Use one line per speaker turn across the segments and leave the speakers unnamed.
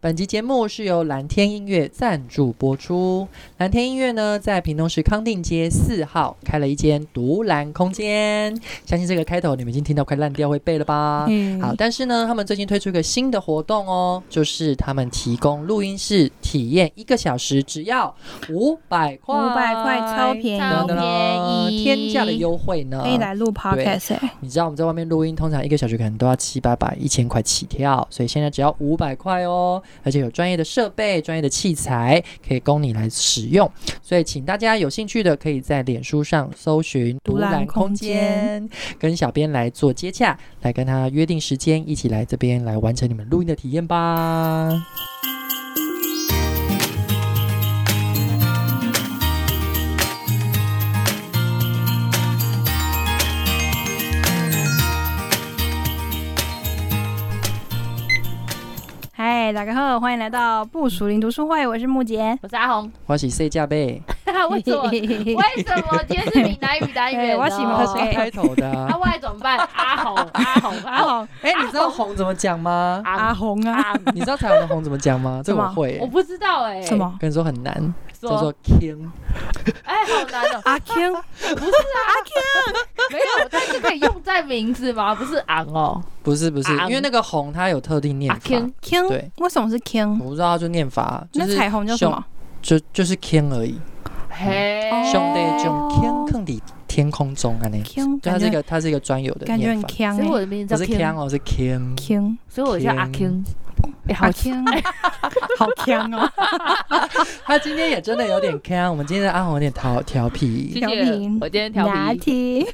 本集节目是由蓝天音乐赞助播出。蓝天音乐呢，在屏东市康定街四号开了一间独蓝空间，相信这个开头你们已经听到快烂掉会背了吧？
嗯
啊好，但是呢，他们最近推出一个新的活动哦，就是他们提供录音室体验一个小时，只要五百块，
五百块超便
噔噔噔，
宜
超便宜
天价的优惠呢
可！以来录 podcast 哎、
你知道我们在外面录音，通常一个小时可能都要啊七八百、一千块起跳，所以现在只要五百块哦，而且有专业的设备、专业的器材可以供你来使用，所以请大家有兴趣的可以在脸书上搜寻“
独
独
蓝
蓝
空
空间”，跟小编来做接洽，来跟他约定时间，一起来这边来完成你们录音的体验吧。
嗨，大家好，欢迎来到不属灵读书会，我是木杰。
我是阿红，
欢喜睡觉呗，
为什 么？为什么今天是闽南语单元
对
呢？
我喜欢
他先开头的
那
啊、
我来怎么办？阿红，阿红，
阿
阿红，
红，啊
哎、你知道红怎么讲吗？
阿
阿
红啊，
阿，
你知道彩虹的红怎么讲吗？这
怎么
我会、
我不知道哎，
什？么？
跟你说很难，叫
说
做 king。
哎，好难哦。
阿 Q，
没有，但是可以用在名字吗？不是昂哦，
不是不是，
啊
因为那个红它有特定念
阿
啊
法，
Ken
坑
对，
为什么是坑？
我不知道它就念法，就
那
是
彩虹叫什么？
就就是 king 而已，
嘿，
兄弟这
哦
种 king 坑底天空中啊那，
坑，
对它
感
是一
觉
个它是一个专有的
感觉
念
很
法，
坑
所以我
哎，
的名字
不
叫
是
Ken，
king 哦是 king，
坑，
所以我叫阿 Ken。哎，好
阿 Ken
哎
哦好坑哦，
他今天也真的有 点 king，我们今天的阿红有点调调
谢
皮。
调
谢
皮，
我今天调
答
皮，
题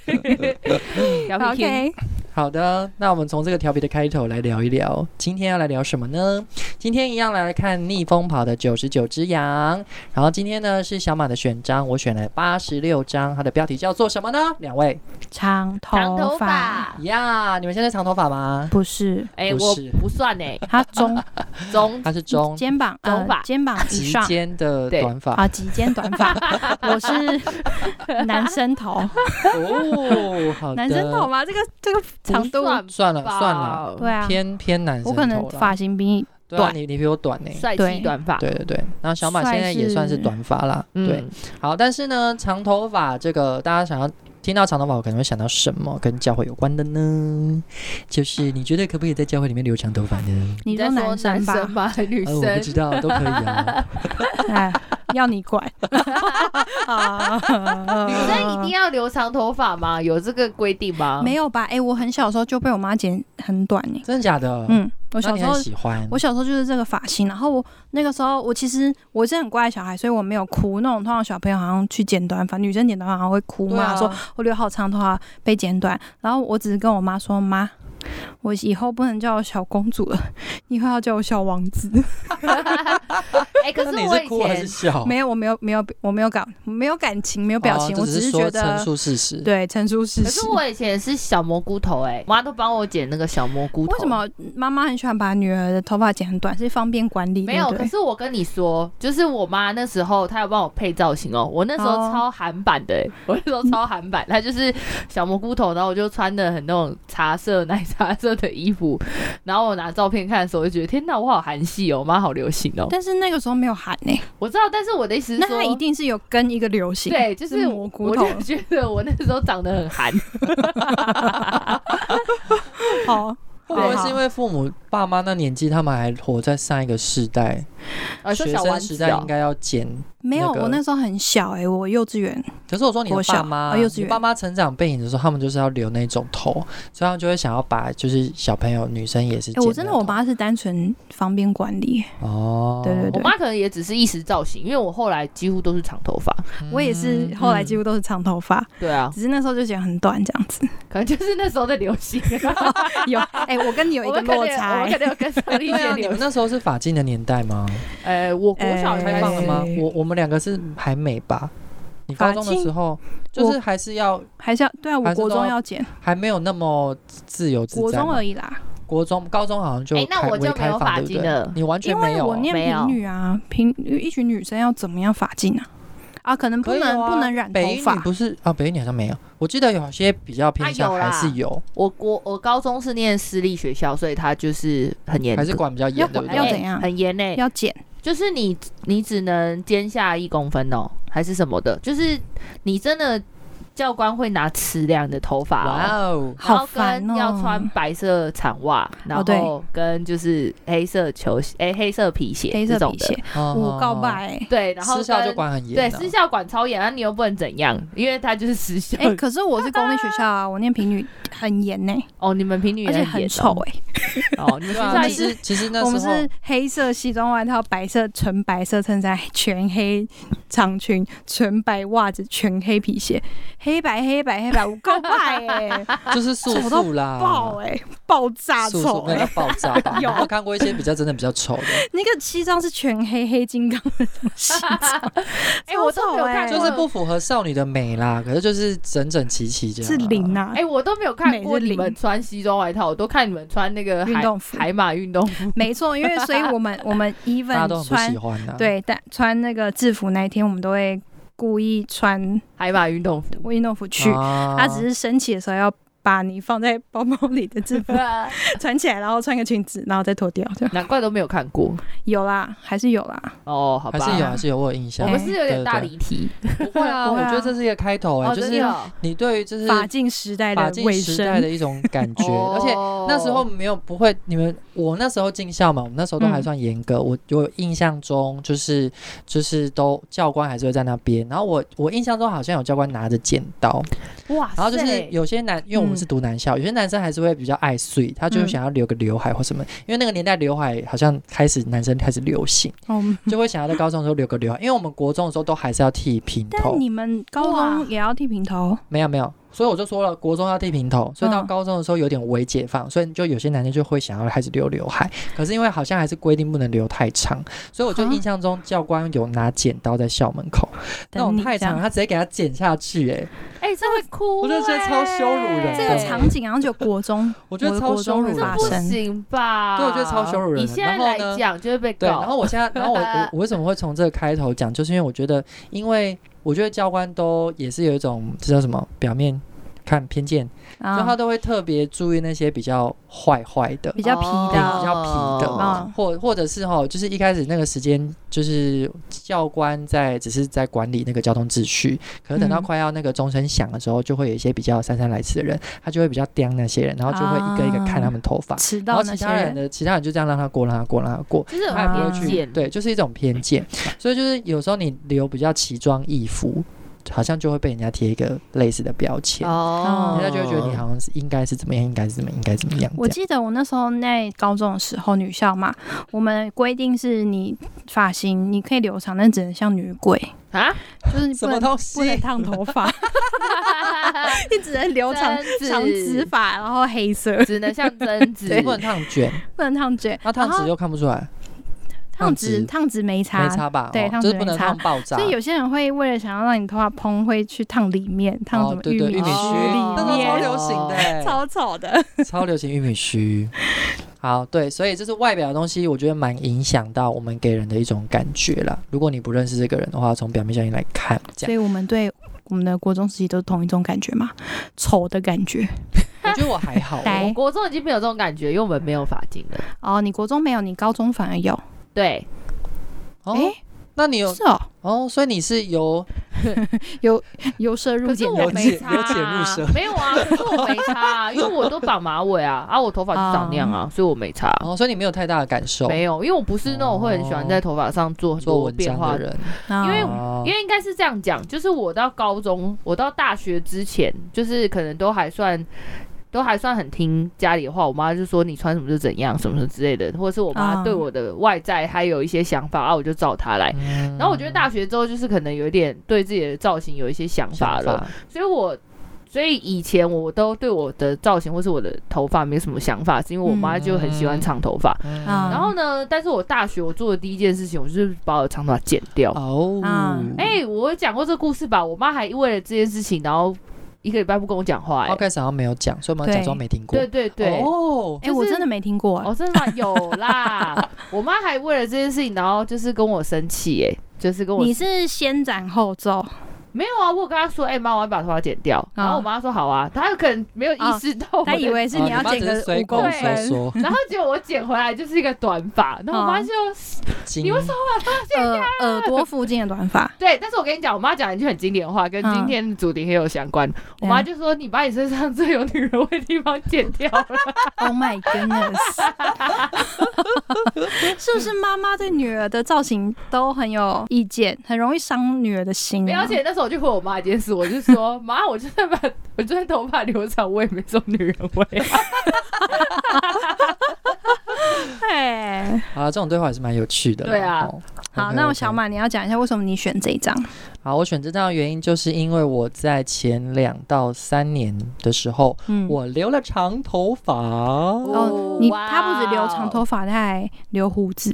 调皮 Ken。
，OK，
好的，那我们从这个调皮的开头来聊一聊，今天要来聊什么呢？今天一样来看《逆风跑的九十九只羊》，然后今天呢是小马的选章，我选了八十六章，它的标题叫做什么呢？两位。
长
长
头
头
发
发，
呀你们现在长头发吗？
不是，
哎，
不
我
是
不算哎，
它中
中
它是中
肩膀呃
中发
肩膀以
及
嗯上。
肩的
对
短发
啊，及肩短 发，我是 男生头，
哦，好的，
男生头吗？这个这个长度
不，算
算了
吧
算了，
对啊，
偏偏男生
我可能
头啦
发型比你
对啊
短
你你比我短呢、
帅
对
气短发，
对对对，然后小马
帅
现在也算是
是
短发啦，
嗯
对，，好，但是呢，长头发这个大家想要。听到长头发，我可能会想到什么跟教会有关的呢？就是你觉得可不可以在教会里面留长头发呢？
你
在
说
说
男生
男
吧，
生 吧，女
呃，我不知
生？
道，都可以啊。
哎，要你管。 啊
女生一定要留长头发吗？有这个规定吗？
没有吧？哎、我很小的时候就被我妈剪很短呢、
真的假的？，
嗯，我小
哦你
时候
很喜欢。
我小时候就是这个发型，然后我那个时候我其实我是很乖的小孩，所以我没有哭。那种通常小朋友好像去剪短发，女生剪短发好像会哭
对
嘛，
啊
说我留好长头发被剪短。然后我只是跟我妈说，妈，我以后不能叫我小公主了， 以后要叫我小王子。
哎，可
那
是
你
我
是
以
哭还是
前
笑？
没有，我没有，没有，我没有感，没有感情，没有表情，
哦哦这
我
只
是
说
觉得
陈述事实。
对陈述事
可
实
是。我以前是小蘑菇头哎、欸，我妈都帮我剪那个小蘑菇头。
为什？么妈妈很喜欢把女儿的头发剪很短，是方便管理？
没有，
对不
可
对
是我跟你说，就是我妈那时候她有帮我配造型哦，我那时候
哦
超韩版的、欸， 我那时候超韩版，她就是小蘑菇头，然后我就穿的很那种茶色、奶茶色的衣服，然后我拿照片看的时候，我就觉得天哪，我好韩系哦，我妈好流行哦。
但是那个时候没有喊呢、
我知道，但是我的意思是
那
说，
它一定是有跟一个流行。
对，就是是
蘑菇
我
头
就觉得我那时候长得很韩，
好，
会不会
好
是因为父母爸妈那年纪，他们还活在上一个世代，
呃，说
学
小
生
丸
时
子
代
哦
应，该要剪。
没有？
那个
我那时候很小哎、我幼稚园
可是我说你的
国小
爸妈，
啊幼稚园
你爸妈成长背景的时候，他们就是要留那种头，所以他们就会想要把就是小朋友女生也是剪
哎、
那种。
我真的我妈是单纯方便管理，
哦，
对对
我
对，
妈可能也只是一时造型，因为我后来几乎都是长头发。
我也
嗯
是后来几乎都是长头发，
对啊，
只是那时候就剪很短这样子。
可能就是那时候的流行，
有哎、我 跟你有一
我
个
们可能
落差、
我们可
欸，
能 有跟上一
对啊，
些
你
流
们
行。
那时候是法禁的年代吗？
呃，我国小
哎
开
开放
放
了
了
吗
吗？？
我我们两个是还没吧？你高中
法
的
禁
时候就是还是要
还是要对啊，我
还是
国中
都要
要剪，
还没有那么自由自在嘛。
国中而已啦，
国中、高中好像就
哎那
开
我就
微
没
开
有
放
法
对不
禁
对
了
你完
因
全没
为
有啊
我
哦、
念
没有
平女啊，平一群女生要怎么样法进啊？啊，可能不
可以
能、
啊
不能染
北
头
一女
发，
不是啊，北一女好像没有，我记得有些比较偏向
啊有
还
啦
是有，
我国我高中是念私立学校，所以他就是很严格，
还是管比较严，
要
对不
管
对？啊
要怎样
很严嘞、
要剪
就是你你只能肩下一公分哦，还是什么的，就是你真的教官会拿尺量的头发、
哇
哦。
哦，
然
好
后
烦
跟
哦。
要穿白色长袜，然
哦对
后跟就是黑色球鞋，哎、黑色皮鞋
黑
这
色
种
皮
的，
鞋，
哦
我告，
哦
白、欸
对，然后
私校就
跟
管很严
对
啊，
私校管超严，那你又不能怎样，因为他就是私校。
哎、可是我是公立学校啊，我念平女很严 呢、
哦，你们平女也
而且
严
很
哦
丑哎、
哦，你
对
们私
啊，
校
但
也是
是其实那
我们
时候
是黑色西装外套、白色纯白色衬衫、全黑长裙、纯白袜子、全黑皮鞋，黑白黑白黑白，我告白哎、
就是素
丑到
素啦，
爆哎、爆炸
啊素素
丑
没
哎、
有到爆炸吧？
有
有看过一些比较真的比较丑的，
那个西装是全黑黑金刚的东西，
哎、我都
超
没有
丑
看
哎
过，
就是不符合少女的美啦，可是就是整整齐齐这样啊，
是零啊
哎、，我都没有看过
美日
你们
领
穿西装外套，我都看你们穿那个
运
海
动服
海马运动服。
没错，因为所以我们 我们
大家都
even
很不
穿
喜欢啊呐，，
对，但穿那个制服那一天，我们都会故意穿
海马 运动服。
运动服去，
啊
他
他
只是升旗的时候要把你放在包包里的制服 穿起来，然后穿个裙子，然后再脱掉，这样
难怪都没有看过
有啦，还是有啦，
哦，好
还
吧，
是有还是有我有印
我
象
哎，
们是有点大离题，
不会啊，
不
我
会啊
觉得这是一个开头哎，
哦，
就
真
是
的哦
你对于就是
法禁时代
法
的
禁
卫
时代
生
的，一种感觉，而且
哦
那时候没有不会，你们我那时候进校嘛，我们那时候都还算严格。我我印象中就是就是都教官还是会在那边，然后我我印象中好像有教官拿着剪刀，
哇塞，
然后就是有些男，因为我们是读男校，有些男生还是会比较爱碎，他就
嗯
想要留个刘海或什么，因为那个年代刘海好像开始男生开始流行，
嗯，
就会想要在高中的时候留个刘海，因为我们国中的时候都还是要剃平头
但，你们高
哇
中也要剃平头，
没有没有。所以我就说了，国中要剃平头，所以到
嗯
高中的时候有点微解放，所以就有些男生就会想要开始留刘海，
嗯
可是因为好像还是规定不能留太长，所以我就
啊
印象中教官有拿剪刀在校门口，那
等
种
你
太
这样
长，他直接给他剪下去、哎，
哎，这欸会哭，
我就觉得超羞辱人的
这个
对，
场景好像只有国中
我觉得
我
超
国
羞
中
辱
发
人
不
的。
生
行吧？
对我觉得超羞辱人
你
的
现在
然后
来
呢
讲就会被告，
对，然后我现在，然后我我我为什么会从这个开头讲，就是因为我觉得，因为我觉得教官都也是有一种这叫什么表面看偏见， 就他
啊，
都会特别注意那些比较坏坏的。
比较皮
对比
的，
较皮的
嗯
或或者是哈，就是一开始那个时间，就是教官在只是在管理那个交通秩序，可是等到
嗯
快要那个钟声响的时候，就会有一些比较姗姗来迟的人，他就会比较刁那些人，然后就会一个一个看他们头发，
迟
然后
嗯到那
哦其
些
他人
人，
的其他人就这样让他过，让他过，让他过，
就是有
他也不会
啊
去
偏见，
对，就是一种偏见。所以就是有时候你留比较奇装异服，好像就会被人家贴一个类似的标签，
哦，
人家就会觉得你好像是应该是怎么样，应该是怎么样，应该怎么样。
我
这样
记得我那时候在高中的时候，女校嘛，我们规定是你发型你可以留长，但只能像女鬼，
啊，
就是你
什
不
么
能
东
不能
西？
烫 头发，你只能留 长
贞子
长直发，然后黑色，
只能像 贞子，
不能烫卷，
不能烫卷。
那烫
然
直
后
又看不出来，烫
烫
直
直烫直没差
没，差吧？
对
哦
烫
就
直
是不能
没差
烫爆炸。
所以有些人会为了想要让你头发蓬，会去烫里面，烫什
哦
么，
对对，玉
米
须，
哦
那时候
里
超
面，
流行的欸，
哦超丑的。
超流行玉米须。好，对，所以这是外表的东西，我觉得蛮影响到我们给人的一种感觉啦。如果你不认识这个人的话，从表面效应来看，这样
所。以我们对我们的国中时期都是同一种感觉嘛，丑的感觉。
我觉得我还好
呆
哦，
我国中已经没有这种感觉，因为我们没有法镜了。
哦，你国中没有，你高中反而有。
对，
哦
诶
那你有
是哦，
哦，所以你是由
由奢入
可是
俭
我
难
没
没
差啊
差、
由浅入深
没有啊，可是我没差、啊，因为我都绑马尾啊，啊，我头发就长那样啊，所以我没差。
哦，所以你没有太大的感受，
没有，因为我不是那种会很喜欢在头发上做很
哦做
多
文
变
章
化
的。人，
啊
因为
哦
因为应该是这样讲，就是我到高中，我到大学之前，就是可能都还算，都还算很听家里的话。我妈就说你穿什么就怎样，什么什么之类的，或者是我妈
啊
对我的外在还有一些想法啊，我就照她来。
嗯
然后我觉得大学之后，就是可能有一点对自己的造型有一些想法
想
了，
法
所以我所以以前我都对我的造型或是我的头发没什么想法，是因为我妈就很喜欢长头发。
嗯
啊
然后呢，但是我大学我做的第一件事情，我就是把我的长头发剪掉。
哦，
啊
哎、我有讲过这个故事吧？我妈还为了这件事情，然后一个礼拜不跟我讲话、哎、
刚哦开始好像没有讲，所以我们
对
假装没听过
对，对对。哦
哦
哎、
就是
我真的没听过、
哦，真的吗有啦！我妈还为了这件事情，然后就是跟我生气哎、就是跟我
你是先斩后奏，
没有啊，我有跟他说，哎、妈，我要把头发剪掉，然后我妈说好啊，她可能没有意识到我在、
他以为哎是你要
啊你妈
剪
只
个
是随
五
口
公
说
分，
说，
然后结果我剪回来就是一个短发，然后我
啊
妈就、
你
为。
什
耳耳朵附近的短发
对，但是我跟你讲，我妈讲一句很经典的话，跟
啊
今天的主题很有相关。我妈就说：“你把你身上最有女人味的地方剪掉了。
Oh my goodness！是不是妈妈对女儿的造型都很有意见，很容易伤女儿的”心、
没
嗯
有
啊
而？且那时候我就回我妈一件事，我就说：“妈，我就算把我就算头发留长，我也没什么女人味、啊。
哎，
啊，这种对话也是蛮有趣的啦。
对啊
哦
好，
OK，
那我
OK
小马，你要讲一下为什么你选这一张？
好，我选这张的原因就是因为我在前两到三年的时候，
嗯，
我留了长头发。
哦，你他不止留长头发，他还留胡子，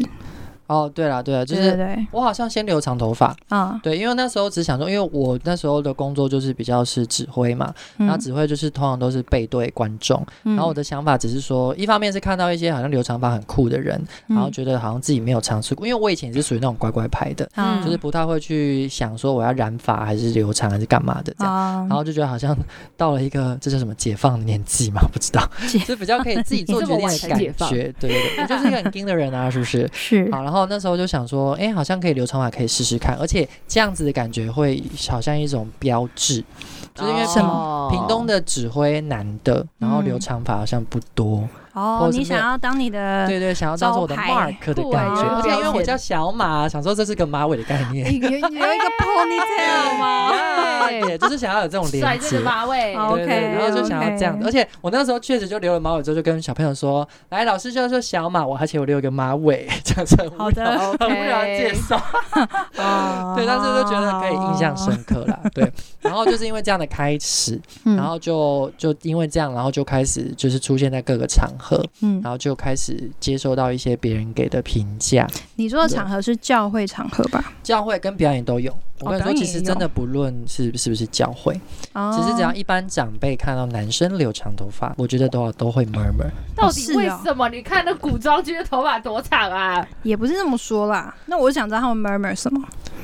哦，对了对了，就
对对
是
对，
我好像先留长头发，
啊，
对，因为那时候只想说，因为我那时候的工作就是比较是指挥嘛，
嗯
然后指挥就是通常都是背对观众，
嗯
然后我的想法只是说，一方面是看到一些好像留长发很酷的人，然后
嗯
觉得好像自己没有尝试过，因为我以前也是属于那种乖乖牌的，
啊
嗯
嗯
就是不太会去想说我要染发还是留长还是干嘛的这样。
哦
啊，
然后就觉得好像 到了一个这叫什么解放的年纪嘛，不知道
解，
就比较可以自己做
你这
决
么
定
晚
的
才
感
解放
觉。对对对，我就是一个很硬的人啊，是不是？
是
好，然后那时候就想说，哎，好像可以留长发，可以试试看，而且这样子的感觉会好像一种标志， 就是因为
什
屏
么
哦
屏东
的
的指挥男的，然后
嗯
留长发好像不多，
哦
或，者
你
是没有
想要当你的
对对，想要当做我的
呃招牌
mark 的
酷
感
啊
觉，而且因为
标
我
签
叫小马，想说这是个马尾的概
有
念，
有有一个 ponytail 吗？
对，就是想要有这种
甩
连
这
接
个。马尾，
好
对对对，
OK，
然后就想要这样子
OK
而且我那时候确实就留了马尾之后，就跟小朋友说，来，老师就说小马，我而且我留一个马尾， 这样子很
好的
很无聊的介绍，
哦
对，当时就觉得可以印象深刻啦， 对，然后就是因为这样的开始，
嗯
然后就就因为这样，然后就开始就是出现在各个场合，
嗯
然，后就开始接收到一些别人给的评价，
你说的场合是教会场合吧？
教会跟哦表演都有。我跟你
表
说，
演
其
也
实
有
真的不论是是不是教会，
哦
其实只要一般长辈看到男生留长头发，我觉得都都会 murmur。
到底为
是哦
什么？你看那古装剧的头发多长啊？
也不是这么说啦。那我想知道他们 murmur 什么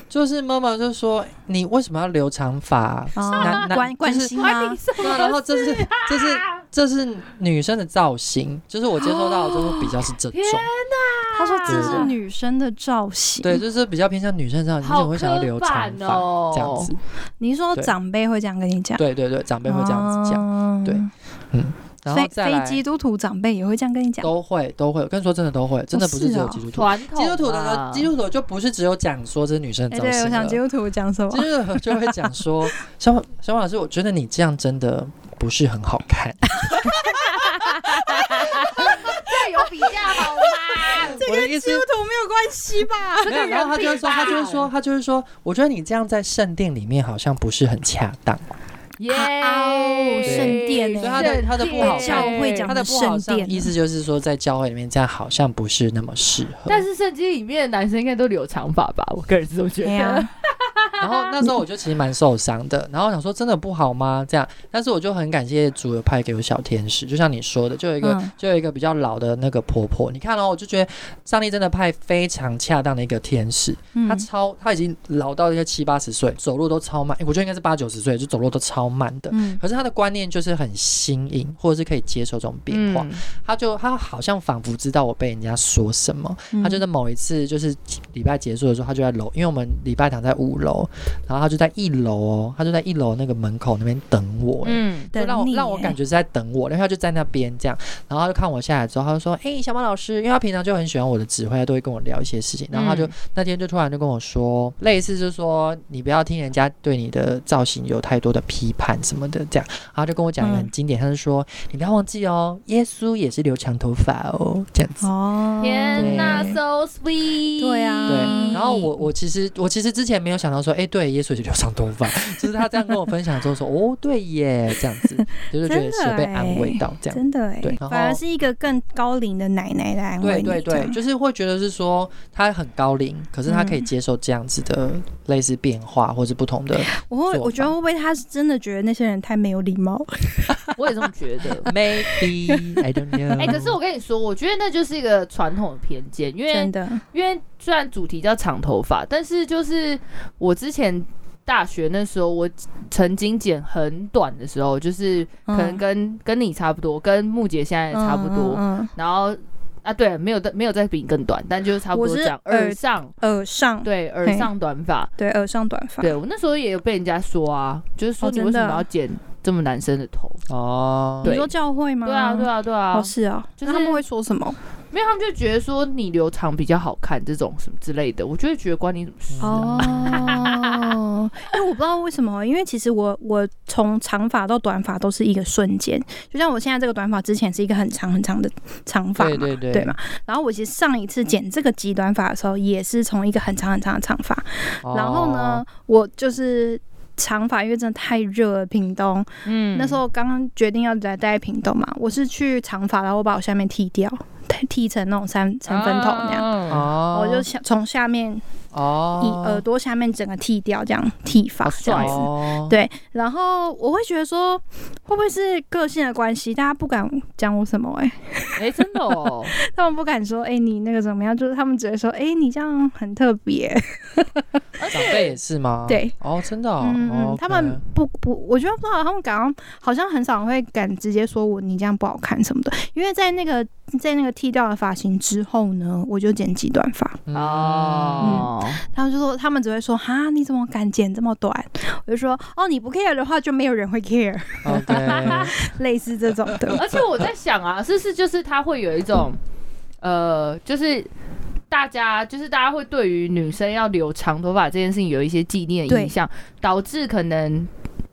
就是妈妈就说：“你为什么要留长发？”
啊
男？男
关关
就是
心吗？
对啊，然后这是这是
啊
这是女生的造型，就是我接收到的就是比较是这种
天，
他说这
对
是女生的造型。
对，，就是比较偏向女生的造型，你怎
好
么会想要留
刻
长
板
发
哦，
这样子？
你说
对
长辈会这样跟你讲，
对对对，长辈会这样子讲，
讲
对然后
非
再
非
来
基督徒长辈也会这样跟你讲。
都会都会，跟你说真的都会，真的不是只啊有
是哦
基督徒，
传统
基督徒的
啊
呢，基督徒就不是只有讲说这是女生的
哎，
造
对，
型
我想
了
基督徒讲什么？哦
就是就会讲说，小马 小马老师，我觉得你这样真的不是很好 看。
这有比较好 吗？
我的意思，
徒没有关系吧？
没有，然后他就会说，他就会说，他就会说，我觉得你这样在圣殿里面好像不是很恰当。
耶
哦
圣
殿欸
所以他的他的不好
教会讲
他的不好
圣
像
殿啊
意思就是说，在教会里面这样好像不是那么适合。
但是圣经里面的男生应该都留长发吧？我个人是这么觉
对啊
啊
得。
呀，
然后那时候我就其实蛮受伤的，然后我想说真的不好吗？这样，但是我就很感谢主有派给我小天使，就像你说的，就有一个、
嗯
就有一个比较老的那个婆婆，你看哦，我就觉得上帝真的派非常恰当的一个天使，她
嗯
超她已经老到一个七八十岁，走路都超慢，诶我觉得应该是八九十岁，就走路都超慢的。
嗯
可是她的观念就是很新颖，或者是可以接受这种变
嗯
化。她就她好像仿佛知道我被人家说什么，
嗯
他就在某一次就是礼拜结束的时候，他就在楼，因为我们礼拜堂在五楼，然后他就在一楼哦，他就在一楼那个门口那边等我、欸。
嗯，
就让
等
我
你
让我
耶
感觉是在等我，然后他就在那边这样，然后他就看我下来之后，他就说：“哎、小马老师，因为他平常就很喜欢我的指挥，他都会跟我聊一些事情。”
嗯
然后他就、那天就突然就跟我说，类似就是说你不要听人家对你的造型有太多的批判什么的这样，然后他就跟我讲一个很
嗯
经典，他就说：“你不要忘记哦，耶稣也是留长头发哦，这样子。”
哦，
天哪
对
，so sweet。
对啊
对，然后
嗯
我我其实我其实之前没有想到说，哎、哎，对，耶稣是流长头发， 就是他这样跟我分享之后说，哦，对耶，这样子，就是觉得
真的
是被安慰到这样。
真的哎、
对然后
反而是一个更高龄的奶奶来安慰
对
你
对
这
对，
样
就是会觉得是说他很高龄，可是他
嗯
可以接受这样子的类似变化或是不同的，
我会
做
我觉得
法
会不会他是真的觉得那些人太没有礼貌了？
我也这么觉 得。
maybe I don't know。
哎、可是我跟你说，我觉得那就是一个传统的偏见，因为
真的，
因为虽然主题叫长头发，但是就是我之前大学那时候，我曾经剪很短的时候，就是可能
嗯
跟、跟你差不多，跟木姐现在也差不多，
嗯嗯
然后。啊，对，没有的，没有再比你更短，但就是差不
我
多
是
这样。
耳
耳上，
嗯耳上
对，耳
嘿
上短发，
对耳上短发，
对我那时候也有被人家说啊，就是说
哦
你为什
真
么
的
要剪这么男生的头？
哦，
你
对
说教会吗？
对啊，对啊，对啊
哦，，是啊，
就是
那他们会说什么？
没有，他们就觉得说你留长比较好看，这种什么之类的，我就会觉得关你什么事啊？
哦，哎、我不知道为什么，因为其实我我从长发到短发都是一个瞬间，就像我现在这个短发之前是一个很长很长的长发嘛，
对对对
嘛。然后我其实上一次剪这个极短发的时候，也是从一个很长很长的长发，然后
哦
呢，我就是。长发因为真的太热了，屏东、
嗯
那时候刚刚决定要来待在屏东嘛，我是去长发，然后我把我下面剃掉， 剃剃成那种三三分头那样，
哦，
样，
哦，
嗯我就想从下面以
哦，
耳朵下面整个剃掉，这样剃发
好
这样子。
哦
对然后我会觉得说，会不会是个性的关系？大家不敢讲我什么哎、
哎，真的哦，
他们不敢说哎、你那个怎么样，就是他们只会说哎、你这样很特别。
长辈也是吗？
对，
哦，真的哦，
嗯
哦
嗯，他们
OK
不不，我觉得不知道他们敢，好像很少会敢直接说我你这样不好看什么的，因为在那个在那个剃掉的发型之后呢，我就剪极短发，
嗯
哦，
他们就说他们只会说哈你怎么敢剪这么短？我就说哦你不 care 的话就没有人会 care。
，OK，
类似这种的。
而且我在想啊，是是就是他会有一种，呃，就是。大家就是大家会对于女生要留长头发这件事情有一些既定的印象，导致可能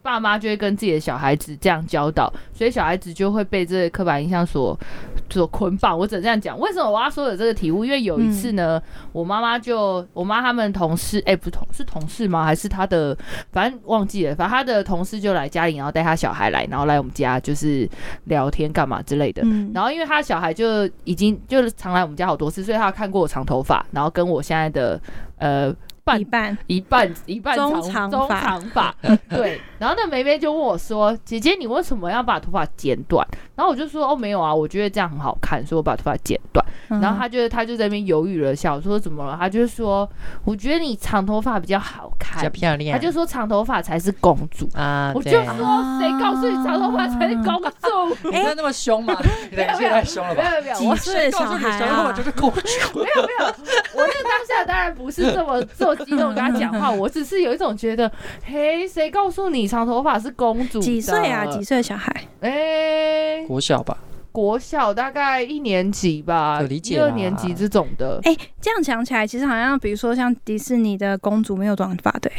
爸妈就会跟自己的小孩子这样教导，所以小孩子就会被这个刻板印象所所捆绑。我只能这样讲。为什么我要说有这个体悟？因为有一次呢，我妈妈就我妈他们同事，哎、不是同是同事吗？还是她的，反正忘记了。反正她的同事就来家里，然后带她小孩来，然后来我们家就是聊天干嘛之类的。
嗯
然后因为他小孩就已经就是常来我们家好多次，所以他看过我长头发，然后跟我现在的呃半
一半，
一半一半
中
长
长
中
发
长发， 对。然后那梅梅就问我说：“姐姐，你为什么要把头发剪短？”然后我就说：“哦，没有啊，我觉得这样很好看，所以我把头发剪短。”
嗯
然后他就他就在那边犹豫了一下，我说：“怎么了？”他就说：“我觉得你长头发比较好
比
看
较。”漂亮，
他就说：“长头发才是公主。”
啊，
我就
对
说：“谁告诉你长头发才是公主？”
你真的那么凶 吗？你
没有
也太凶了
没
吧？
有没有，
几
我
岁的
告
小
诉你，
孩
小头发
啊
就？是公主。
没有没有，我那当下当然不是这么做激动跟他讲话，我只是有一种觉得，嘿，谁告诉你长头发是公主？
几岁啊？几？岁的小孩？
哎、
国小吧，
国小大概一年级吧，
可理解
一
啦
二年级这种的。
哎、这样想起来，其实好像比如说像迪士尼的公主没有短发，对，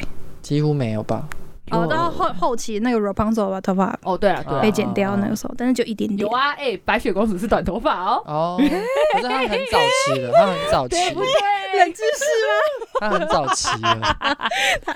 几乎没有吧？
哦，
就
到后后期那个 Rapunzel 把头发
哦，对了对
啊
了
被，剪掉那个时候，但是就一点点
有。啊，哎、白雪公主是短头发哦，
哦，可是他很早期了，他很早期，
对不
冷
对？
知识
他很早期了，
吗？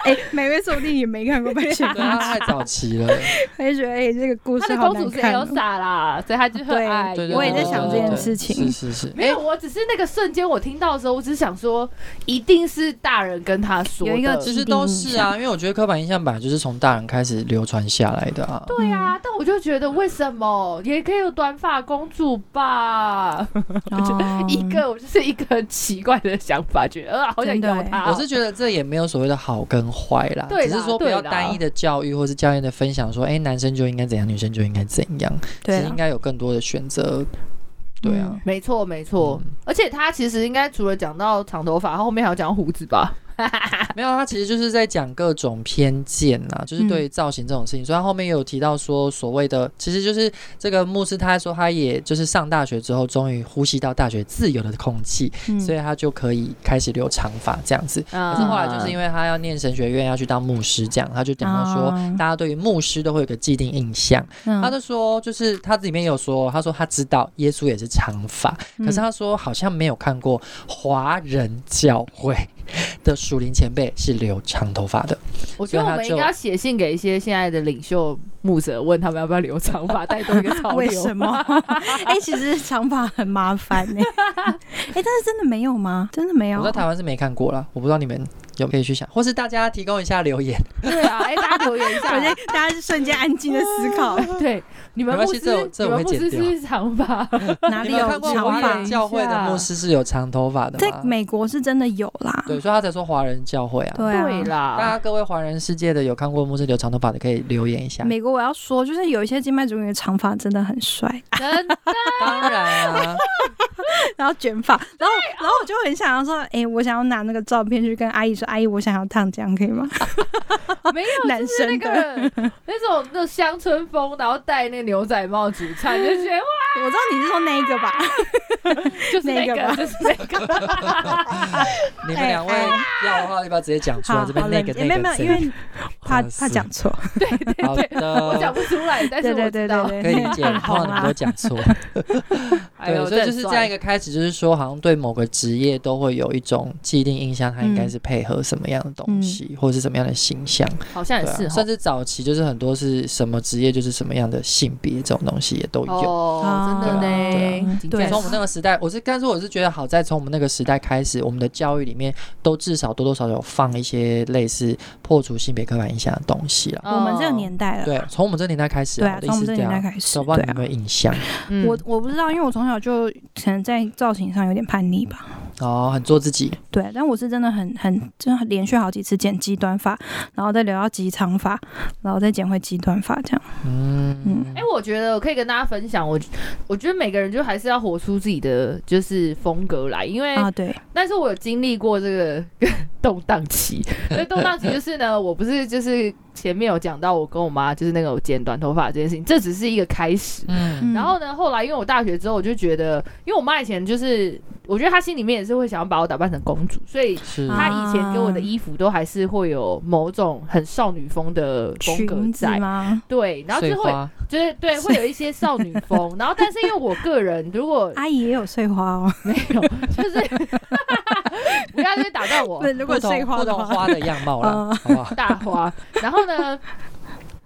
哎、美美说不定也没看过白雪
对，啊
公
他
主，
太早期 了。
她就觉得哎、这个 故
她
事
的
好
公
难
主是
看、哦。
Elsa 啦，所以她就很
对
爱。
对对，
我也
对
在
对对
想这件
对
事
是
情
是是，
没
哎
有，我只是那个瞬间我听到的时候，我只是想说，一定是大人跟她说的。
有一个
其实都是啊，因为我觉得刻板印象本来就是从大人开始流传下来的啊。
对啊，但我就觉得为什么也可以有短发公主吧？
哦
一个我就是一个很奇怪的想法，觉得啊好想
真的
要
欸
她哦。
我是觉得这也没有所谓的好跟坏啦，
对啦
只是说不要
对啦
单一的教育或是教育的分享说，哎，男生就应该怎样，女生就应该怎样，其
对
实
啊
应该有更多的选择。对啊，
没错没错，
嗯
而且她其实应该除了讲到长头发，她后面还有讲到胡子吧？
没有，他其实就是在讲各种偏见呐，就是
嗯
对于造型这种事情。所以他后面有提到说，所谓的其实就是这个牧师，他说他也就是上大学之后，终于呼吸到大学自由的空气，
嗯
所以他就可以开始留长发这样子。
可
可是后来
嗯
就是因为他要念神学院，要去当牧师，这样他就讲到说，
啊
大家对于牧师都会有个既定印象。
嗯
他就说，就是他里面有说，他说他知道耶稣嗯也是长发，可是他说好像没有看过华人教会，的属灵前辈是留长头发的。
我觉得我们应该要写信给一些现在的领袖牧者，问他们要不要留长发，带动一个潮流。
为什 么？哎、其实长发很麻烦呢、哎、但是真的没有吗？真的没有
我在？台湾是没看过啦，我不知道你们有可以去想，或是大家提供一下留言。
对啊，哎、大家留言一
我觉
下
得。大家是瞬间安静的思考，
对，你们
没关
牧
系
师
这我，这
你
我会
们牧
剪
师是
掉
不是长发？
哪里
你们
有
看过
长
华
发
人教会的牧师是有长头发的
在
吗？
美国是真的有啦。
对，所以他才说华人教会啊。
对啊
啦，
大家各位华人世界的有看过牧师留长头发的，可以留言一下。
美国我要说，就是有一些静脉主义的长发真的很帅，
真的
当然啊，
然后卷发，然后然后我就很想要说，哎、我想要拿那个照片去跟阿姨说，阿姨，我想要烫，这样可以吗？
没有，
男
就是那
生的
个那种那种乡村风，然后戴那个牛仔帽煮菜，就觉得哇，
我知道你是说那一个吧？
就是那
那个
个，
吧
就是那个。
你们两位要的话，要不要直接讲出来？
好
这
好
边
冷
那个
静，没
那
有没
个
有，
谁，
因为怕
真
怕
是
讲错。
好
我讲
的，
不出来，但是
对对
我知
对
道。
对
可以
对，
理解，
很
怕
红
你们
啊
都讲错。
哎
对，
呦
所以就是这样一
个。
个开始，就是说好像对某个职业都会有一种既定印象，它应该是配合什么样的东西，
嗯
或者是什么样的形象。
好像也
对啊
是哈
甚至早期就是很多是什么职业就是什么样的性别这种东西也都有。
哦，真的呢
啊，
真
对
的
从我们那个时代，我是但是我是觉得好在从我们那个时代开始，我们的教育里面都至少多多少少有放一些类似破除性别刻板印象的东西了。
啊
我们这个年代了。
对，从我们这个年代开始
哦对
啊，
啊
我的，意
从我
思是
们
这
这个年代
样。
开始，
搞不知道你
对
有
啊。
没有印象
嗯
我我不知道，因为我从小就可能在造型上有点叛逆吧。
哦，很做自己，
对，但我是真的很很，真的连续好几次剪极端发，然后再留到极长发，然后再剪回极端发，这样。
嗯，
哎、我觉得我可以跟大家分享，我我觉得每个人就还是要活出自己的就是风格来，因为、
啊，对，
但是我有经历过这个 动荡期，那动荡期就是呢， 我不是就是前面有讲到我跟我妈就是那个我剪短头发这件事情，这只是一个开始。
嗯
嗯
然后呢，后来因为我大学之后，我就觉得，因为我妈以前就是，我觉得她心里面也是会想要把我打扮成公主，所以
是
啊
她以前给我的衣服都还是会有某种很少女风的风格
裙子
在。
吗？
对，然后
碎
就会
花
就是对，会有一些少女风。然后，但是因为我个人如果
阿姨也有碎花哦，
没有，就是 不要去打断我
对，如果
不同
碎花
不
的
同
话，
花的样貌啦，
嗯
好不 好？
大花。然后呢，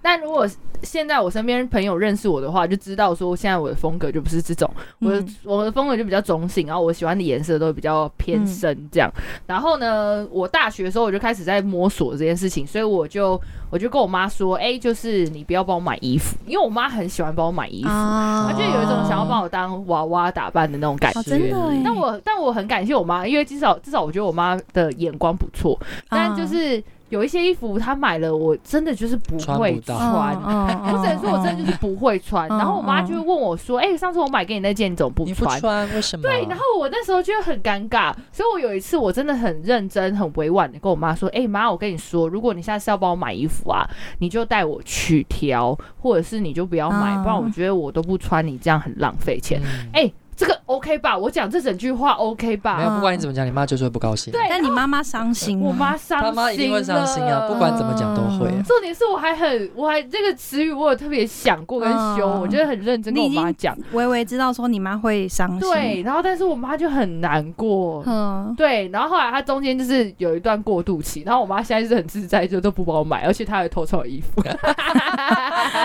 但如果现在我身边朋友认识我的话，就知道说现在我的风格就不是这种，我的
嗯
我的风格就比较中性，然后我喜欢的颜色都比较偏深这样。然后呢，我大学的时候我就开始在摸索这件事情，所以我就我就跟我妈说，哎、就是你不要帮我买衣服，因为我妈很喜欢帮我买衣服。
啊
她就有一种想要把我当娃娃打扮的那种感觉
哦，真的耶
但我但我很感谢我妈，因为至少至少我觉得我妈的眼光不错，但就
啊
是有一些衣服她买了，我真的就是不
穿
会
不到
穿。
嗯嗯
我只能说，我真的就是不会穿。
嗯
然后我妈就会问我说：“哎、上次我买给你那件，你怎么不
你不
穿？”
穿为什么？
对，然后我那时候就很尴尬，所以我有一次我真的很认真、很委婉的跟我妈说：“哎、妈，我跟你说，如果你下次要帮我买衣服啊，你就带我去挑，或者是你就不要买，
嗯
不然我觉得我都不穿，你这样很浪费钱。
嗯
哎、这个 OK 吧？我讲这整句话 OK 吧？
没有，不管你怎么讲，你妈就是会不高兴。
对，
但你妈妈伤心吗，
哎啊我妈伤心
他
了，
妈一定会伤心啊，不管怎么讲都会啊。
重点是我还很，我还这个词语我有特别想过跟修，
嗯
我觉得很认真跟我
你已经
妈讲。
微微知道说你妈会伤心，
对，，然后但是我妈就很难 过。
嗯，
对，然后后来她中间就是有一段过渡期，然后我妈现在就是很自在，就都不帮我买，而且她还偷穿我衣服。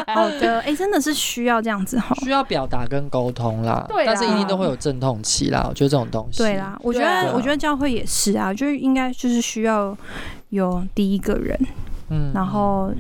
好的，哎、真的是需要这样子哦哈。
需要表达跟沟通啦，
对啦
但是一定都会有阵痛期啦。我觉得这种东西，
对啦，我觉得、
对啊
我觉得教会也是啊，就是应该就是需要有第一个人，
嗯
然后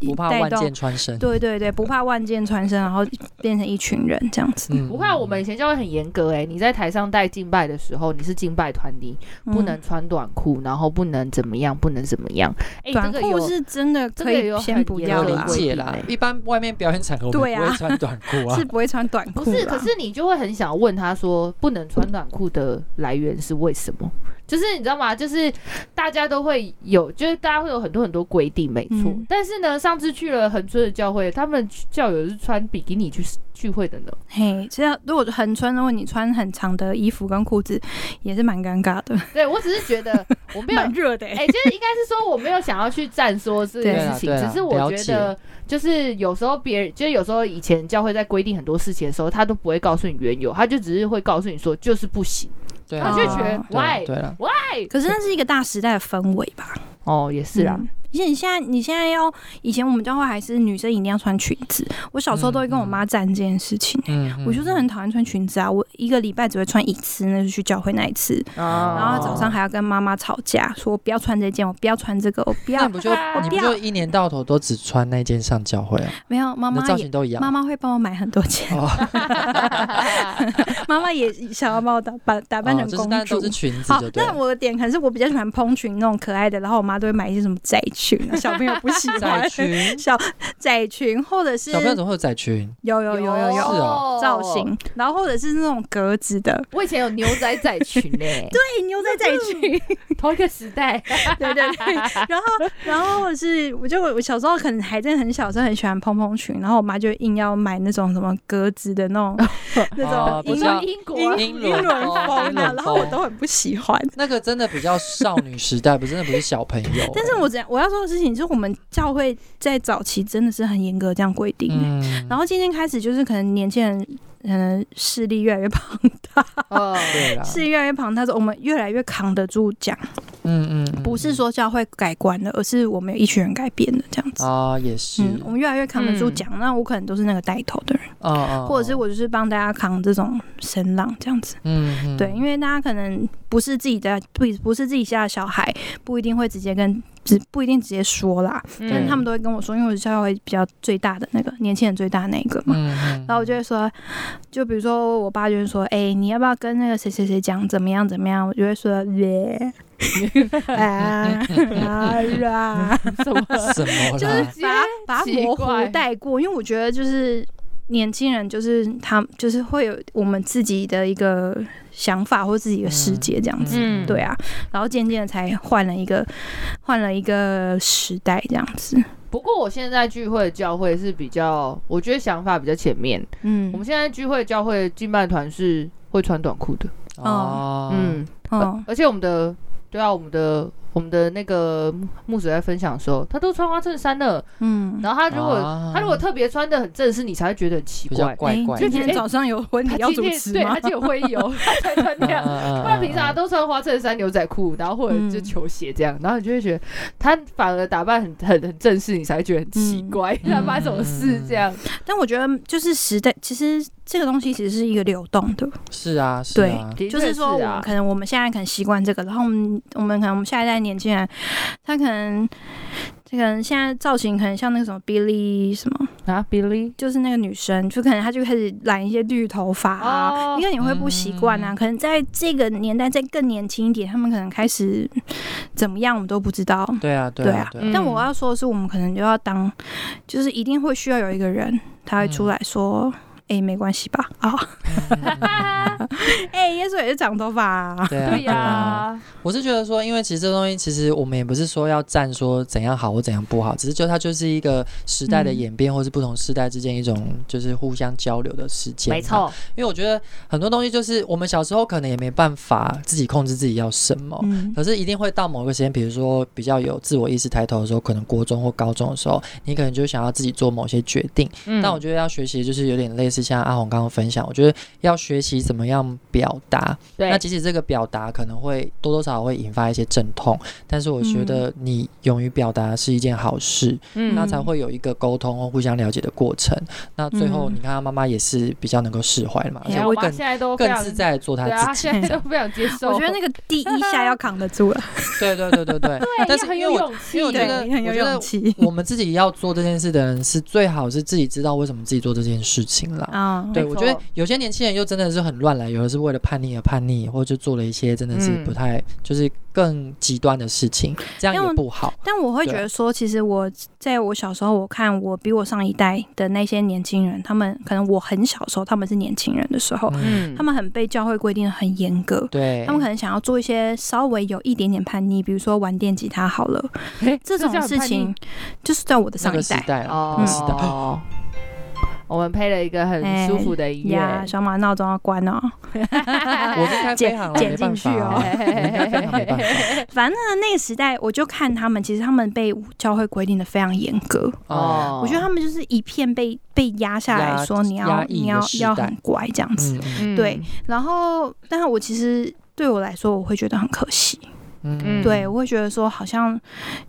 不怕
带
万
动
箭穿身，
对对对，不怕万箭穿身，然后变成一群人这样子，
嗯
不怕我们以前教会很严格哎、你在台上带敬拜的时候，你是敬拜团体，
嗯
不能穿短裤，然后不能怎么样，不能怎么样。哎、
短
这个
裤
有
是真的
这
可
个
以
有
先
很
不
严
要
要
格的
理
啦，啊
规
解
定
啦
欸。
一般外面表演场合我们
对
不
啊
会穿短裤啊
是，不会穿短裤
不
啦。
是，可是你就会很想问他说，不能穿短裤的来源是为什么？就是你知道吗？就是大家都会有，就是大家会有很多很多规定，没错。
嗯
但是呢，上次去了恒春的教会，他们教友是穿比基尼去聚会的呢。
嘿，这样如果很穿，如果你穿很长的衣服跟裤子，也是蛮尴尬的，
对我只是 觉得我没有，
蛮
哎、
热的、欸。
就是应该是说我没有想要去站说这
对
件
啊
事情，
对啊
只是我
了
觉
解
得就是有时候别人，就是有时候以前教会在规定很多事情的时候，他都不会告诉你缘由，他就只是会告诉你说就是不行。
对
他
啊，
就觉
对
得
啊
why
对了，
哎、
可是那是一个大时代的氛围吧？
哦，也是啦，
嗯。而且你现在，你现在要以前我们教会还是女生一定要穿裙子，我小时候都会跟我妈站这件事情、
嗯
我就。是很讨厌穿裙子啊，我一个礼拜只会穿一次，那就去教会那一次，
哦
然后早上还要跟妈妈吵架，说我不要穿这件，我不要穿这个，我不
那
要
你。不就
我
你
不
不
要
就一年到头都只穿那件上教会啊？
没有，妈
你的
妈
造
也
型都一样
妈
啊。
妈会帮我买很多 钱，
哦，
哦 妈妈也想要把我打扮打扮
哦
成
就是
公
但
主
都。是裙子
好
就，对
那
了。
我的点可能是我比较喜欢蓬裙那种可爱的，然后我妈都会买一些什么窄裙，小朋友不喜
窄
欢
裙，
小窄裙，或者是
小朋友怎么会有窄裙？
有有有有有
是哦
造。型，然后或者是那种格子的，
我以前有牛仔仔裙欸 嘞，
对，牛仔窄裙，
同一个时代，
对对对。然后，然后或者是，我就我小时候可能还真的很小时候很喜欢蓬蓬裙，然后我妈就硬要买那种什么格子的那种那
哦
种
比
英
较
英国
英
英
英
伦
伦
风
风啊，
英伦
然后我
风
都很不喜欢。
那个真的比较少女时代，不真的不是小朋友欸。
但是我讲我要说的事情就是，我们教会在早期真的是很严格这样规定的。
嗯，
然后今天开始，就是可能年轻人，嗯，势力越来越庞 大，
哦，
对啦，
势力越来越庞大，是我们越来越扛得住讲，
嗯嗯，
不是说教会改观了，而是我们有一群人改变了这样子。
啊，也是
嗯，我们越来越扛得住讲，那我可能都是那个带头的人，
啊啊，
或者是我就是帮大家扛这种声浪这样子。
嗯，嗯
对，因为大家可能不是自己的，不不是自己家的小孩，不一定会直接跟，只不一定直接说啦，但
对
是他们都会跟我说，因为我是教会比较最大的那个年轻人最大的那一个嘛。
嗯，嗯
然后我就会说，就比如说我爸就会说，哎、你要不要跟那个谁谁谁讲怎么样怎么样？我就会说，耶， 啊啊啊，
什么？
什么
就是
啦？
把它把它
奇
模
怪
糊带过，因为我觉得就是年轻人就是他就是会有我们自己的一个想法或自己的世界这样子，
嗯
对啊，然后渐渐的才换了一个换了一个时代这样子，
不过我现在聚会的教会是比较，我觉得想法比较前面。
嗯
我们现在聚会的教会敬拜团是会穿短裤的，
哦，嗯，
嗯，
哦
而且我们的，对啊，我们的。我们的那个牧者在分享的时候，他都穿花衬衫了。
嗯。
然后他如果、
啊
他如果特别穿的很正式，你才会觉得很奇
比较
怪。
怪
诶
怪的，
今天早上有婚礼
哎他
要
今
主
天
持
对，
吗
他？今天有会议哦， 他才穿那样。 不
不
然平常都穿花衬衫、牛仔裤，然后或者就
嗯
球鞋这样，然后你就会觉得他反而打扮很很很正式，你才会觉得很奇怪，
嗯
他发生什么事这样？
但我觉得就是时代，其实这个东西其实是一个流动的，
是啊，是
对
啊，
的确
就是说，我们
啊
可能我们现在可能习惯这个，然后我们我们可能我们下一代年轻人，他可能这个人现在造型可能像那个什么 Billy 什么，
啊，Billy，
就是那个女生，就可能她就开始染一些绿头发啊
哦，
因为你会不习惯啊。
嗯
可能在这个年代再更年轻一点，他们可能开始怎么样，我们都不知道。
对啊，对
对
啊
啊，
对啊
嗯
但我要说的是，我们可能就要当，就是一定会需要有一个人，他会
嗯
出来说：“哎、没关系吧？”啊、 哎、耶稣也是长头发、啊。
嗯对啊，
对
对啊。
呀，
我是觉得说，因为其实这东西，其实我们也不是说要站说怎样好或怎样不好，只是就它就是一个时代的
嗯
演变，或是不同时代之间一种就是互相交流的事件。
没，错，
因为我觉得很多东西就是我们小时候可能也没办法自己控制自己要什么，
嗯
可是一定会到某个时间，比如说比较有自我意识抬头的时候，可能国中或高中的时候，你可能就想要自己做某些决定。
嗯
但我觉得要学习，就是有点类似像阿红刚刚分享，我觉得要学习怎么样表达。那
对，
即使这个表达可能会多多少少会引发一些阵痛，但是我觉得你勇于表达是一件好事。
嗯
那才会有一个沟通或互相了解的过程。那最后
嗯
你看他妈妈也是比较能够释怀了嘛，而
对
且
啊
我
会
妈
更
现在都非
更
常
自，在地做他
对啊，
自
她
己。
现在都非常接受，
我觉得那个第一下要扛得住了，
对对对对对。但是
很
因为
有
我
勇气
因 为我觉
对
得，
很有
我觉得
勇气
我们自己要做这件事的人，是最好是自己知道为什么自己做这件事情啦。
啊。
对，
没
我
错
觉得有些年轻人又真的是很乱来，有的是为了叛逆而叛逆，或者就做了一些真的是
嗯
不太、就是更极端的事情，这样
因为
也不好。
但我会觉
对啊
得说，其实我在我小时候，我看我比我上一代的那些年轻人，他们可能我很小的时候，他们是年轻人的时候，
嗯，
嗯
他们很被教会规定的很严格，
对，
哦他们可能想要做一些稍微有一点点叛逆，比如说玩电吉他好了，
诶
这种
叫很
事
叛逆
情嗯就是在我的
那
上
个
一
时
代。
代啦，
哦
那个时代，
我们配了一个很
哎
舒服的音
呀，
乐，
小马闹钟要关哦。
我是开飞
剪
航了，
剪
没办
进去
法
哦
啊，我应该非常没办法。
反正呢那个时代，我就看他们，其实他们被教会规定的非常严格。
哦，
我觉得他们就是一片被被压下
压
来，说你要
压抑的
你要
时代
要很乖这样子。
嗯，嗯
嗯
对，然后，但是我其实对我来说，我会觉得很可惜，
嗯
对，我会觉得说，好像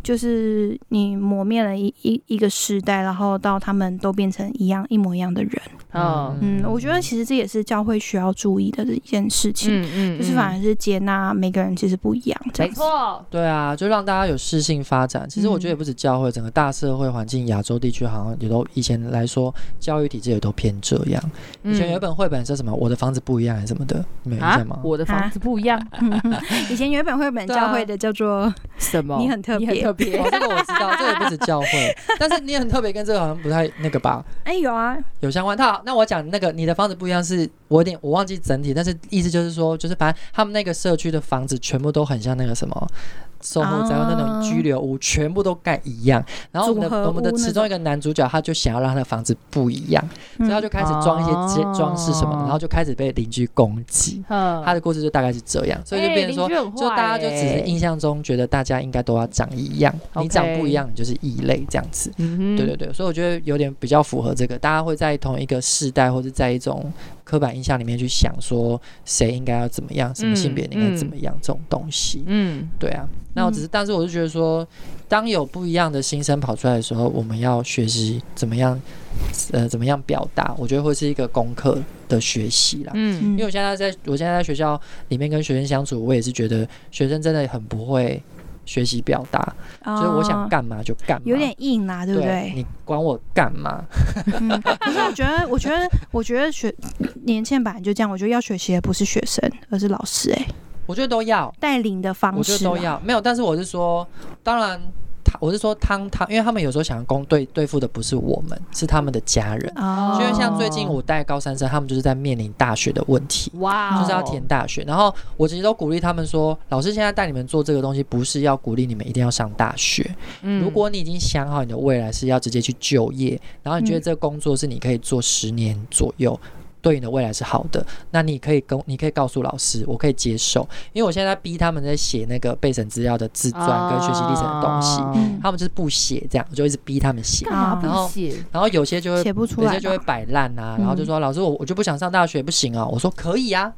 就是你磨灭了一一一个时代，然后到他们都变成一样一模一样的人。
哦，
嗯，我觉得其实这也是教会需要注意的一件事情，
嗯嗯，
就是反而是接纳每个人其实不一样，这
没
样子。
错，
对啊，就让大家有适性发展。其实我觉得也不止教会，整个大社会环境，亚洲地区好像也都以前来说，教育体制也都偏这样。以前有一本绘本叫什么“我的房子不一样”还是什么的，你们有印
嗯啊
象吗，？
我的房子不一样，
以前有一本绘本
对啊哦
教会的叫做
什么？
你很特别
你很特别
哦，这个我知道，这个也不止教会， 但是你很特别，跟这个好像不太那个吧，
“哎、有啊，
有相关。套。那我讲那个你的房子不一样是，我有点我忘记整体，但是意思就是说，就是反正他们那个社区的房子全部都很像那个什么。售后灾后那种
哦
居留屋全部都盖一样，然后我们
组
的
合
我们的
屋那
嗯其中一个男主角他就想要让他的房子不一样，所以他就开始装一些
哦
街装饰什么的，然后就开始被邻居攻击。他
他
的故事就大概是这样，所以就变成说，就大家就只是印象中觉得大家应该都要长一样，你长
OK
不一样，你就是异类这样子。
嗯哼
对对对，所以我觉得有点比较符合这个，大家会在同一个世代或者在一种刻板印象里面去想说谁应该要怎么样，什么性别应该怎么样、这种东西。
嗯，
对啊，那我只是，但是我就觉得说，当有不一样的心声跑出来的时候，我们要学习怎么样，呃，怎么样表达，我觉得会是一个功课的学习啦。
嗯
因为我现在在我现在在学校里面跟学生相处，我也是觉得学生真的很不会学习表达，
哦
所以我
啊
想干嘛就干嘛，
有点硬啦、对不对？
你管我干嘛？
嗯，可是我觉得，我觉得，我觉得学年轻人本来就这样，我觉得要学习的不是学生，而是老师、哎，
我觉得都要，
带领的方
我觉
式啊
得都
啦
要，啊没有，但是我是说，当然。他我是说汤汤，因为他们有时候想要攻对对付的不是我们，是他们的家人。
哦，
就因为像最近我带高三生，他们就是在面临大学的问题。
哇哦，
就是要填大学。然后我其实都鼓励他们说，老师现在带你们做这个东西，不是要鼓励你们一定要上大学。
嗯，
如果你已经想好你的未来是要直接去就业，然后你觉得
嗯
这个工作是你可以做十年左右。对你的未来是好的，那你可以跟你可以告诉老师，我可以接受，因为我现在在逼他们在写那个备审资料的自传跟学习历程的东西，
哦
嗯
他们就是不写，这样我就一直逼他们 写，
干嘛不写？
然后有些就会
写不出
有些
来吧，嗯
就会摆烂啊，然后就说老师我我就不想上大学，不行啊。我说可以啊，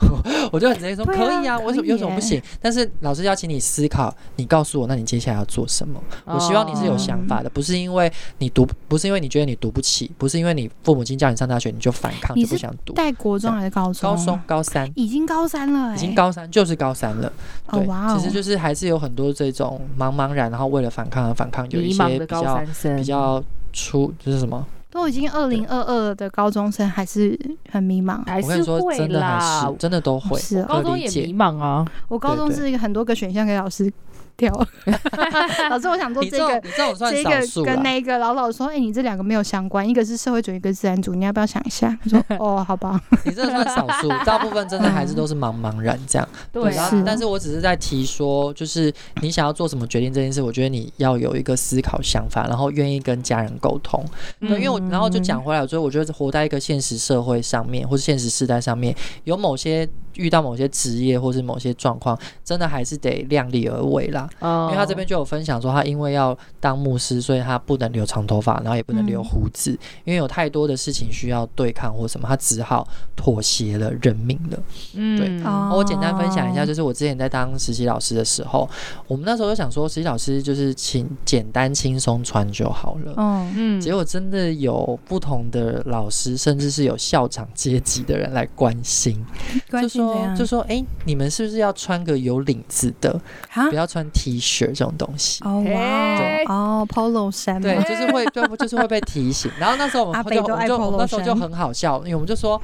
我就很直接说
对啊
可以啊，
可以
为什么有什么
耶
不行？但是老师要请你思考，你告诉我，那你接下来要做什么？我希望你
哦
是有想法的，不是因为你读，不是因为你觉得你读不起，不是因为你父母亲叫你上大学你就反抗
你
就是不想读。
带国中还是高中？啊
高中高三
已经高三了、哎，
已经高三就是高三了，
哦
对
哇，哦，
其实就是还是有很多这种茫茫然，然后为了反抗而反抗，有一
迷
些
茫
比
的高
较
三生，
比较出就是什么。
都已经二零二二的高中生，还是很迷茫。
还
我跟
是
你说，
会
真的还
啦
是，真的都会。
是啊
可
高中
理
也
解
迷茫啊，
我高中
对对
是一个很多个选项给老师 挑，老师我想做
你
这
这种
个。
你这种算
这
少
个
数啦啊
跟那个，然后老师说：“哎、你这两个没有相关，一个是社会主义，一个是自然主义，你要不要想一下？” 我说：“哦，好吧。
你这种算少 数，大部分真的还是都是茫茫然这样。
对
然
啊
是
后，但是我只是在提说，就是你想要做什么决定这件事，我觉得你要有一个思考想法，然后愿意跟家人沟通。对，因为我
嗯
然后就讲回来，我觉得我觉得活在一个现实社会上面，或是现实世代上面，有某些遇到某些职业或是某些状况，真的还是得量力而为啦。
因
因为他这边就有分享说，他因为要当牧师，所以他不能留长头发，然后也不能
嗯
留胡子，因为有太多的事情需要对抗或什么，他只好妥协了，认命了。对
哦
我简单分享一下，就是我之前在当实习老师的时候，我们那时候就想说，实习老师就是轻简单轻松穿就好了。
嗯
嗯
结果真的有不同的老师，甚至是有校长阶级的人来关心，
关
就
心怎
说
样
就说，哎、你们是不是要穿个有领子的，
啊
不？要穿 T 恤这种东西？
哦哇哦
嘿
哦，Polo 衫
对
吗，
就是会，就就是会被提醒。然后那时候我们
阿
就
北都
我们
爱
就我
polo
们那时候就
衫
很好笑，因为我们就说，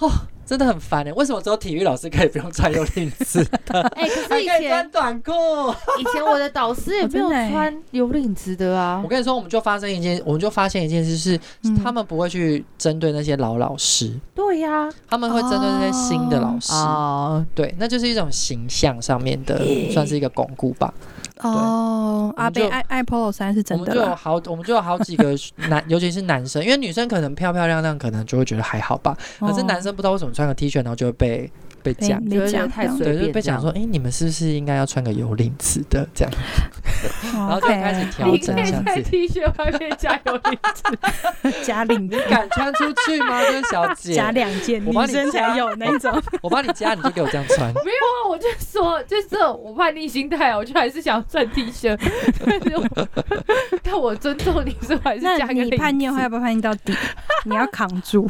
哦，真的很烦哎，为什么只有体育老师可以不用穿有领 子，
哎，可
还可
是以
以穿
前
短裤？
以前我的导师也没有
哦真的欸
穿有领子的啊
我，跟你说，我们就发生一件，我们就发现一件事是，
嗯
他们不会去针对那些老老师，
对呀，
他们会针对那些新的老师。
哦，
对，那就是一种形象上面的，算是一个巩固吧。
哦，
我
阿
们就
贝爱爱 Polo 衫是
我
真
们
的
就有
啦，
好，我们就有好几个男， 尤其是男生，因为女生可能漂漂亮亮，可能就会觉得还好吧。可是
哦
男生不知道为什么穿个 T 恤，然后就会被被
被
讲，
被
觉得
讲
太
这样
随
对，就
便
是 被讲说，哎、你们是不是应该要穿个有领子的这样？然
然
后就开始调
哦
你
整
可
一
以
下
在
子。
T 恤外面加油哦一 次，
加领
你敢穿出去吗，这小姐
加？两件，
我
女
帮你
生才有那种。
我帮你加，你就给我这样穿。
没有啊，我就说，就是这种我叛逆心态啊，我就还是想穿 T 恤，但是我但我尊重你，所以我还是
那
加个
你
领
叛逆
子
会不会叛逆到 底？你要扛住。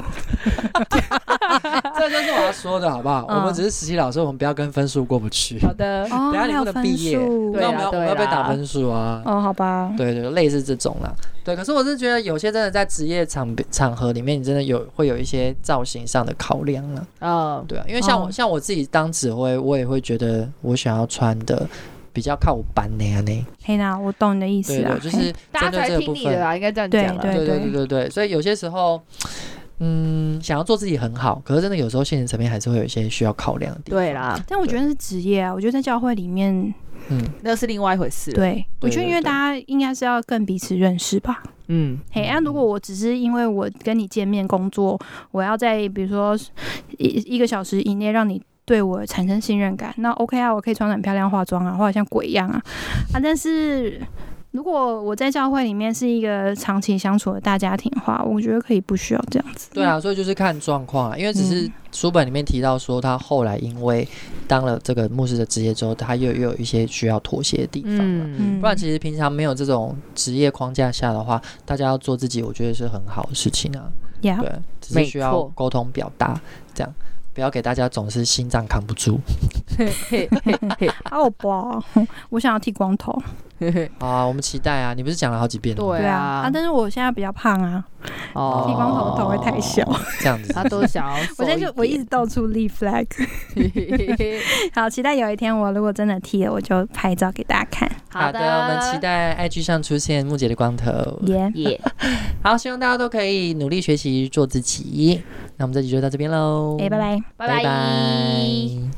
这就是我要说的好不好？
嗯
我们只是实习老师，我们不要跟分数过不去。
好的，
哦，
等下
还
你
有
不能
分
毕业，
数。
那我们
对啊
要我们要被打分数啊。
哦，好吧。
对对，类似这种啦。对，可是我是觉得有些真的在职业场场合里面，你真的有会有一些造型上的考量了。
呃，
对啊，因为像我、
哦
像我自己当指挥，我也会觉得我想要穿的比较靠我班那样呢。
黑娜，我懂你的意
对
思啊
对，。就
嘿
是
大家
针对这
才
个部
听你的啊
分。
啦，应该这样讲啦。
对
对对对对，所以有些时候，嗯，想要做自己很好，可是真的有时候现实层面还是会有一些需要考量的地方。
对，啦，
但我觉得是职业啊，我觉得在教会里面，
嗯，
那是另外一回事。，
对我觉得
对
因为
对
大家应该是要更彼此认识吧。
嗯，
嘿，那、如果我只是因为我跟你见面工作，我要在比如说一一个小时以内让你对我产生信任感，那 OK 啊，我可以穿的很漂亮，化妆啊，化的像鬼一样啊啊！但是如果我在教会里面是一个长期相处的大家庭的话，我觉得可以不需要这样子。
对啊，所以就是看状况啊，因为只是
嗯
书本里面提到说，他后来因为当了这个牧师的职业之后，他又又有一些需要妥协的地方嘛。
嗯，
不然，其实平常没有这种职业框架下的话，大家要做自己，我觉得是很好的事情啊。
呀、
对，只是
没
需要
错
沟通表达，这样不要给大家总是心脏扛不住
嘿
啊
嘿嘿嘿
好吧，我想要剃光头。
嘿嘿，
啊。我们期待啊，你不是讲了好几遍了吗
对
啊，
啊
啊，但是我现在比较胖啊，
哦
剃光头头会太小。
这样子，
他都想要瘦
我
点。
现在就我一直到处立 flag。
嘿嘿嘿
好，期待有一天我如果真的剃了，我就拍照给大家看。
好的，我们期待 IG 上出现木姐的光头。
耶、
耶。
好，希望大家都可以努力学习，做自己。那我们这集就到这边喽，
哎、拜拜。
拜拜